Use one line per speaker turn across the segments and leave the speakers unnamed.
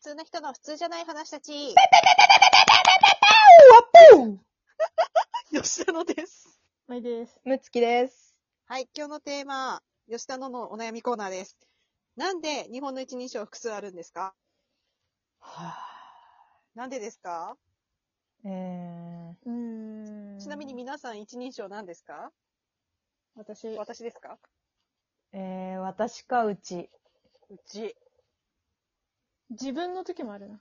通な人の普通じゃない話た ち。吉田のです。
まいです。
むつきです。
はい、今日のテーマ、吉田ののお悩みコーナーです。なんで日本の一人称複数あるんですか
は
なんでですか
ぁ、え
うーん。
ちなみに皆さん一人称何ですか
私、
私ですか
ー、えー、私かうち。
うち。
自分の時もあるな。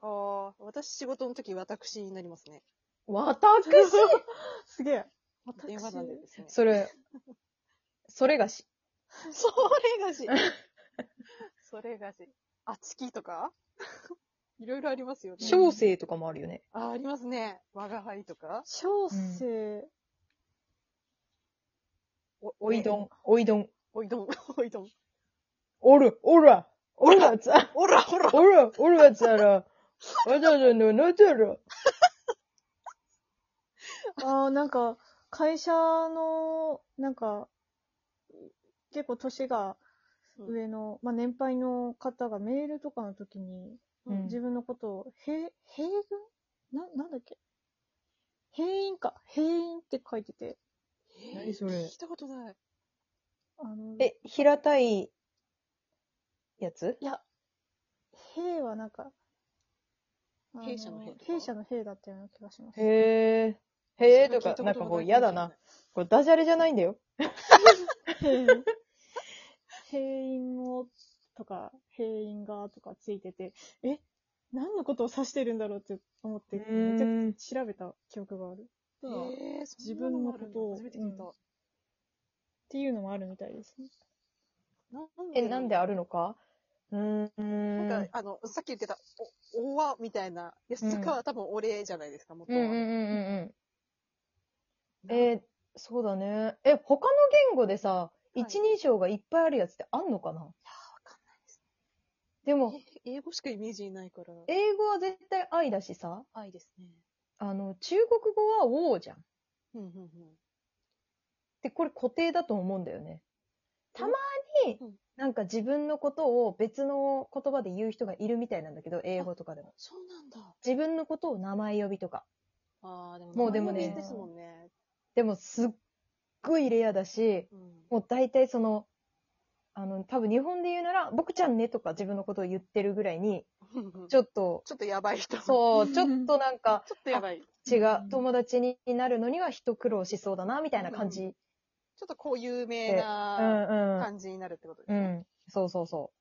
あー私仕事の時私になりますね。
私
すげえ。私
電話なんでですね。
それ、それがし。
それがし。 それがし。あつきとか いろいろありますよね。
小生とかもあるよね。
あ、ありますね。我が輩とか。
小生、
お、
おいどん、おいどん。
おいどん、 おいどん。
おる、おら、おらつ、
おらほら
おら、おらつあら、わざわざののつあら。
ああ、なんか、会社の、なんか、結構年が上の、まあ年配の方がメールとかの時に、
うん
自分のことを、へ、兵軍な、なんだっけ兵員か。兵員って書いてて。
えー
何それ
聞いたことない。
あの、
え、平たい、やつ
いや、兵はなんか、あ
弊社の弊とか
弊社の兵だったような気がします。
へぇー。へぇーとか、なんかこう嫌だな。。これダジャレじゃないんだよ。
兵員。兵員を、とか、兵員が、とかついてて、え、何のことを指してるんだろうって思って、めちゃ
ーん
くちゃ調べた記憶がある。
え
っ
ー、
自分のこと
そんなもあるんだ
を
初めて聞いた。
ていうのもあるみたいですね。
え、なんであ
る
るのかうーん。
なんか、あの、さっき言ってた、お、おわみたいな。安坂は多分俺じゃないですか、元
う
は
んうんうんうんうん。
なんか
えーそうだね。え、他の言語でさ、
い
一人称がいっぱいあるやつってあんのかな、
か
でも、
え英語しかイメージないから。
英語は絶対愛だしさ、
愛ですね。
あの、中国語は王じゃん。
うんうんうん。
で、これ固定だと思うんだよね。たまに
うん、
なんか自分のことを別の言葉で言う人がいるみたいなんだけど、英語とかでも。
そうなんだ。
自分のことを名前呼びとか。
ああ、でも、
もうでもね
名前ですもんね。
でも、すっごいレアだし、
うん。
もう大体その、あの、多分日本で言うなら、僕ちゃんねとか自分のことを言ってるぐらいに、ち
ょ
ょっと、
ちょっとやばい人。う。
そう、ちょっとなんか
ちょっとやばい。ち
違
う
う、
ん
友達になるのには一苦労しそうだな、みたいな感じ。
ょっとこう有名
う
なん
うん。
感じになるってことです
う
ね。
ん。そうそうそ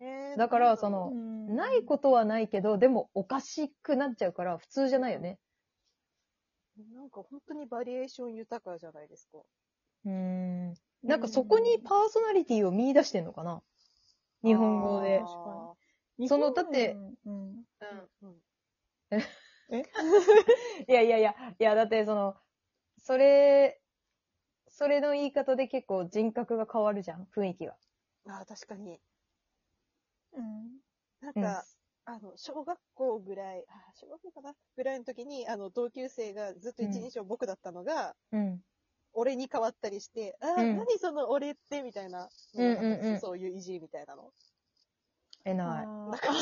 えー
だからそ
うん
のう。
ん
ないことはないけど、でもおかしくなっちゃうから普通じゃないよね。
なんか本当にバリエーション豊かじゃないですか。
うん。なんかそこにパーソナリティを見出してんのかな日本語で
あ。
日本
そのだって、
うん
ーうん
いやいやいや、いやだってその、それ、それの言い方で結構人格が変わるじゃん雰囲気が。
あー、確かに。
うん。
なん
うん
か、あの、小学校ぐらい、あー小学校かなぐらいの時に、あの、同級生がずっと一人称僕だったのが、
うん。
俺に変わったりして、あー、
うん
何その俺って、みたいな。
うんうんうん
そういういじりみたいなの。
えない。
あ
なん
ー
か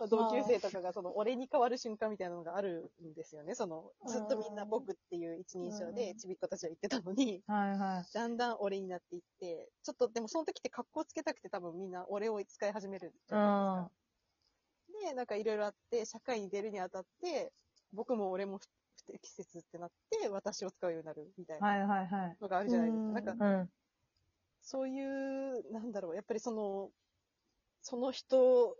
まあ同級生とかがその俺に変わる瞬間みたいなのがあるんですよね。そのずっとみんな僕っていう一人称
う
で
ん
ちびっ子たちは言ってたのに、
はいはい。
だんだん俺になっていって、ちょっとでもその時って格好つけたくて多分みんな俺を使い始めるじゃないですか。で、なんかいろいろあって、社会に出るにあたって、僕も俺も不不適切ってなって、私を使うようになるみたいな
はいはいはい。
のがあるじゃないです
う
か。
ん
なんか
うん。
そういう、なんだろう、やっぱりその、その人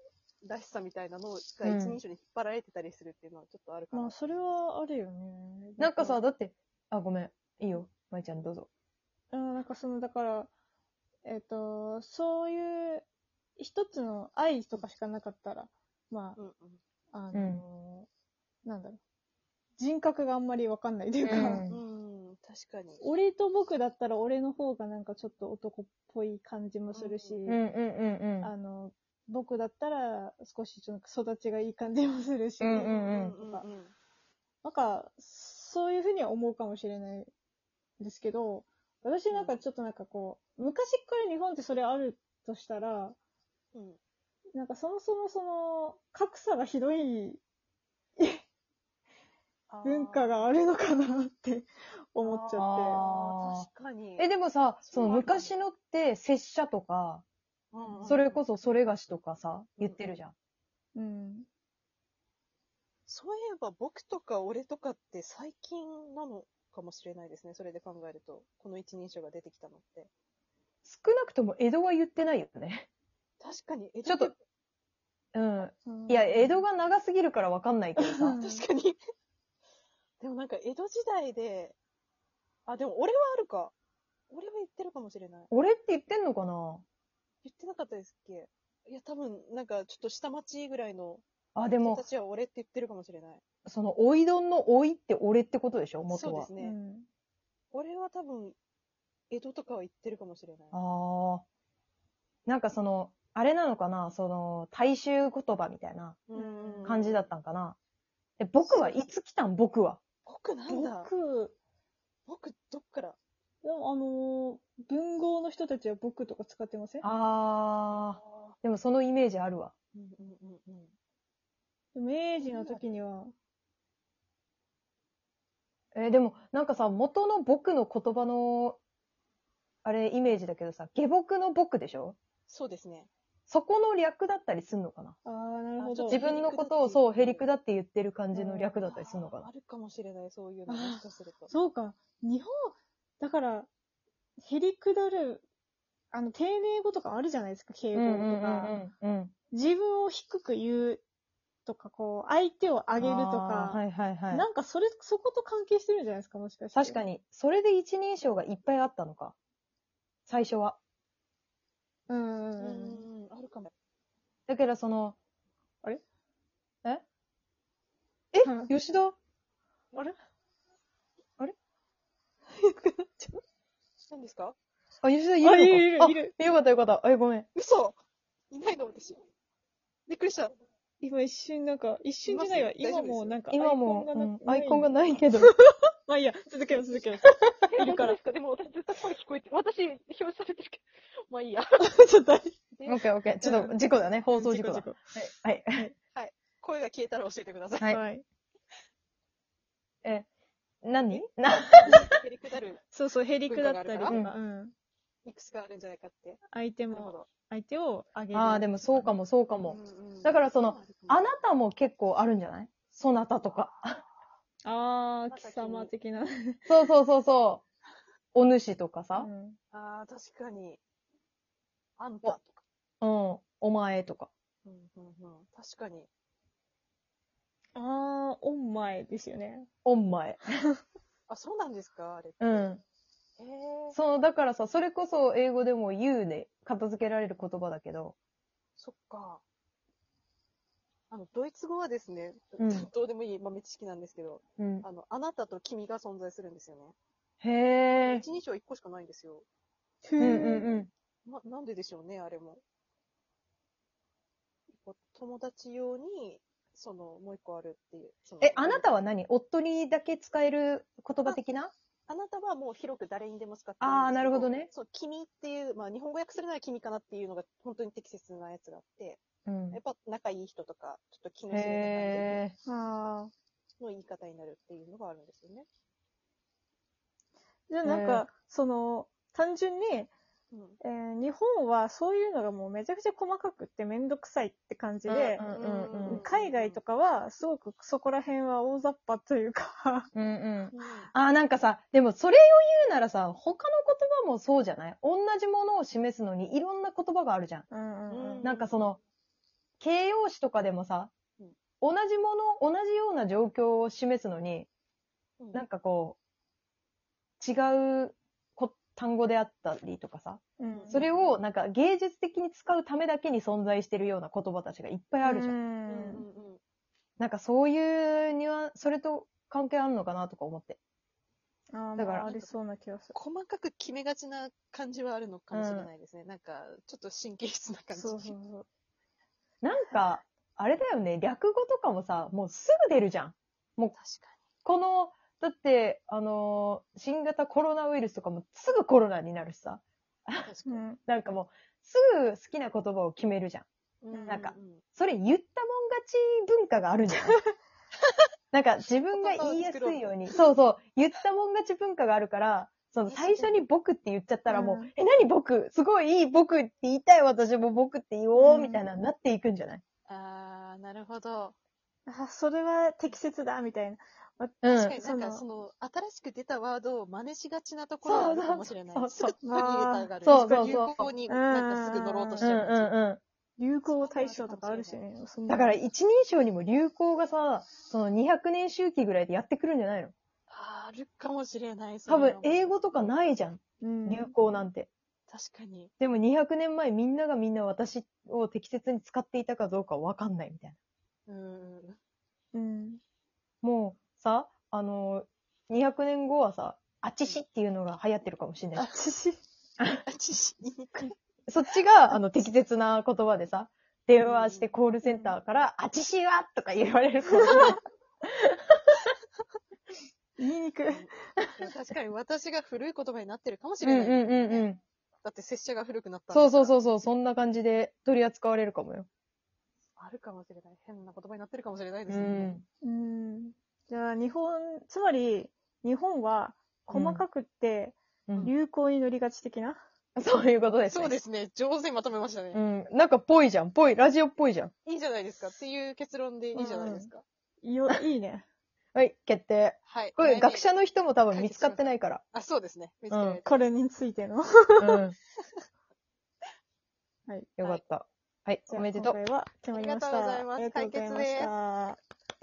らしさみたいなのが一
うん
人称に引っ張られてたりするっていうのはちょっとあるかな。
まあ、それはあるよね。
なんかさ、だって、あ、ごめん。いいよ。まいちゃんどうぞ。
うん、なんかその、だから、えっ、と、そういう、一つの愛とかしかなかったら、ま
うんうん。
あ、あのーなんだろう、人格があんまりわかんないというか、
うん
うん、確かに。
俺と僕だったら俺の方がなんかちょっと男っぽい感じもするし、
うんうんうん
あの、僕だったら少しちょっと育ちがいい感じもするし、
うんうん
うんうん
なんか、そういうふうには思うかもしれないですけど、私なんかちょっとなんかこう、昔から日本ってそれあるとしたら、
うん。
なんかそもそもその、格差がひどい
あー
文化があるのかなって思っちゃっ
あー確かに。
え、でもさ、その
そうなんだ
昔のって、拙者とか、
うんうん
それこそそれがしとかさ、言ってるじゃん。
て。うん。
そういえば僕とか俺とかって最近なのかもしれないですね。それで考えると。この一人称が出てきたのって。
少なくとも江戸は言ってないよね。
確かに、江戸
ちょっとうん。
うん
いや、江戸が長すぎるからわかんないけど
う
さ
ん。
確かに。 でもなんか江戸時代で、あ、でも俺はあるか。俺は言ってるかもしれない。
俺って言ってんのかな
言ってなかったですっけいや、多分、なんかちょっと下町ぐらいの
あ、で
人
も
た、ちは俺って言ってるかもしれない。
その、おいどんのおいって俺ってことでしょ元
そう
は。
ですね。
うん
俺は多分、江戸とかは言ってるかもしれない。
ああ。なんかその、あれなのかなその、大衆言葉みたいな
うん
感じだったんかな、え、僕はいつ来たん僕は。
僕なんだ。
僕、
僕、どっから
でもあのー文豪の人たちは僕とか使ってません
ああ。
あ
でもそのイメージあるわ。
ーうんうんうんうん。
明治の時には、
えーでも、なんかさ、元の僕の言葉の、あれ、イメージだけどさ、下僕の僕でしょ
そうですね。
そこの略だったりすんのかな
ああ、なるほ
あちょ
ど。
っ
自
と
分のことをそう、へりくだって言ってる感じの略だったりすんのか
あー
な
あるかもしれない、そういうの。もしかすると。
そうか。日本、だから、へりくだる、あの、丁寧語とかあるじゃないですか、敬語とか。
うんうん。
自分を低く言うとか、こう、相手を上げると
あーは
か、
いはいはい。
なんかそれ、そこと関係してるんじゃないですか、もしかして。
確かに、それで一人称がいっぱいあったのか。最初は。
うんう
うん
うん。
ん、あるかも。
だからその、
あれ
え
うん
え吉田
あれ
何ですか
あ、吉田い
あいる
るのか
いる
あ
いる
よかったよかった。え、ごめん。
嘘いないの私。びっくりした。
今一瞬なんか、一瞬じゃないわ。
います
今もうなんか、
今も、
アイコンがな
うんアイコンが
ない。
ないけ ど。
まあいいや、続けよう続けよう。
いる
るか
からら。でも、私、絶対声聞こえて、私、表示されてるけど。まあいいや。
ちょっと、
オッケーオッケー。ちょっと事故だね。放送事故だ。
故
はい。
声が消えたら教えてください。
はい
はい。
え、何な、
へりくだる、
そうそう、へりくだったりとか、う
文化があ
ん。
いくつかあるんじゃないかって。
相手
なるほ
も、
ど。
相手を上げ る。
ああ、でもそうかもそうかも。
うんうん
だからその、あ
あ
なたも結構あるんじゃないそなたとか。
あ
ま
あ、
た
貴様的な。
そうそうそうそう。お主とかさ。
うん
あー、確かに。あんたとか。
うん。お前とか。
うんうんうん。確かに。
ああ、オンマイですよね。
お前。
あ、そうなんですかあれって。
うん。
へー
その、だからさ、それこそ英語でも you で片付けられる言葉だけど、
そっか。あの、ドイツ語はですね、
うん
どうでもいい豆知識なんですけど、
うん。
あの、あなたと君が存在するんですよね。
へえ。
一人称一個しかないんですよ。
ふ
うんうんうん。
な、なんででしょうね、あれも。こう友達用に、その、もう一個あるっていう。その
え、あなたは何夫にだけ使える言葉的な
あなたはもう広く誰にでも使ってい
あーなるほどね
そう、君っていう、まあ、日本語訳するなら君かなっていうのが本当に適切なやつがあって、
うん
やっ。ぱ仲いい人とか、ちょっと気の知れない感
へえ。
ああ。
じの言い方になるっていうのがあるんですよね。
じゃあなんか、
ね
その、単純に、
うん。
えー日本はそういうのがもうめちゃくちゃ細かくってめんどくさいって感じで、
うんうんうんうん
海外とかはすごくそこら辺は大雑把というか、
うんうん。
うん
あー、なんかさ、でもそれを言うならさ、他の言葉もそうじゃない同じものを示すのにいろんな言葉があるじゃん。
うんうんうん
なんかその、形容詞とかでもさ
うん、
同じもの、同じような状況を示すのに、
うん
なんかこう、違うこ単語であったりとかさ、
うん
それをなんか芸術的に使うためだけに存在してるような言葉たちがいっぱいあるじゃん。
うんんうんうん
なんかそういうニュアンそれと関係あるのかなとか思って。
あー
だから
まあありそうな気がする。
細かく決めがちな感じはあるのかもしれないですね。なんか、ちょっと神経質な感じ。
そうそうそう。
なんか、あれだよね、略語とかもさ、もうすぐ出るじゃん。
確か
この、だって、あのー新型コロナウイルスとかもすぐコロナになるしさ、
に。確か
う
に。
ん
なんかもう、すぐ好きな言葉を決めるじゃん。なんか
うう
それ言ったもん勝ち文化があるんじゃないなんか自分が言いやすいように、そうそう、言ったもん勝ち文化があるから、その最初に僕って言っちゃったらもう、
うん
え、何僕すごいいい僕って言いたい私も僕って言おう、
うん
みたいなになっていくんじゃない
あー、なるほど。
あ、それは適切だ、みたいな。
うん。
確かになんか
そ
その、新しく出たワードを真似しがちなところはあるかもしれない。
そうそうそう
すぐ入れたがる。
そうそうそう
流行になんかすぐ乗ろうとし
う
ち
ん
ゃう。
うんうん。
流行大賞とかあるしね。そんな
だから一人称にも流行がさ、その200年周期ぐらいでやってくるんじゃないの
あーあるかもしれない。そ
多
れは
分英語とかないじゃん。
うん、
流行なんて。
確かに。
でも200年前みんながみんな私を適切に使っていたかどうかわかんないみたいな。
う ん。
うん。
もうさ、あの、200年後はさ、あちしっていうのが流行ってるかもしれない。
私、
あ、知識にくい。
そっちが、あの、適切な言葉でさ、電話してコールセンターから、あちしはとか言われるかもしれない。
言いにくい。
でも確かに私が古い言葉になってるかもし
う
れ
ん
ない。
うんうんうん。
だって拙者が古くなったんだから
そうそうそうそう、そんな感じで取り扱われるかもよ。
あるかもしれない。変な言葉になってるかもしれないうですね。
ん。
うん。じゃあ、日本、つまり、日本は、細かくって、
うん
流行に乗りがち的な、
そういうことです、ね。。
そうですすね。上手にまとめましたね
う。ん。なんかぽいじゃん。ぽい。ラジオっぽいじゃん。
いいじゃないですか。っていう結論でいいじゃないですか。
よ、いいね。
はい、決定。
はい。
これ
来年
学者の人も多分見つかってないから。
あ、そうですね。見つけられた
これについての。
うん。
はい。
よかった。はい、
じゃ
お
あ
めでとう。
今回は決まりました。
ありがとうございます
ありがとうございました。